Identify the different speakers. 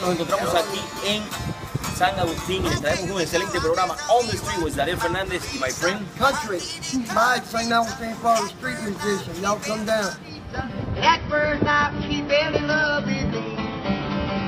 Speaker 1: nos encontramos aquí en San Agustín y les traemos un excelente programa On the Street with Daniel Fernández y my friend.
Speaker 2: Country. Mike sang out with St. Paul, street musician. Y'all come down.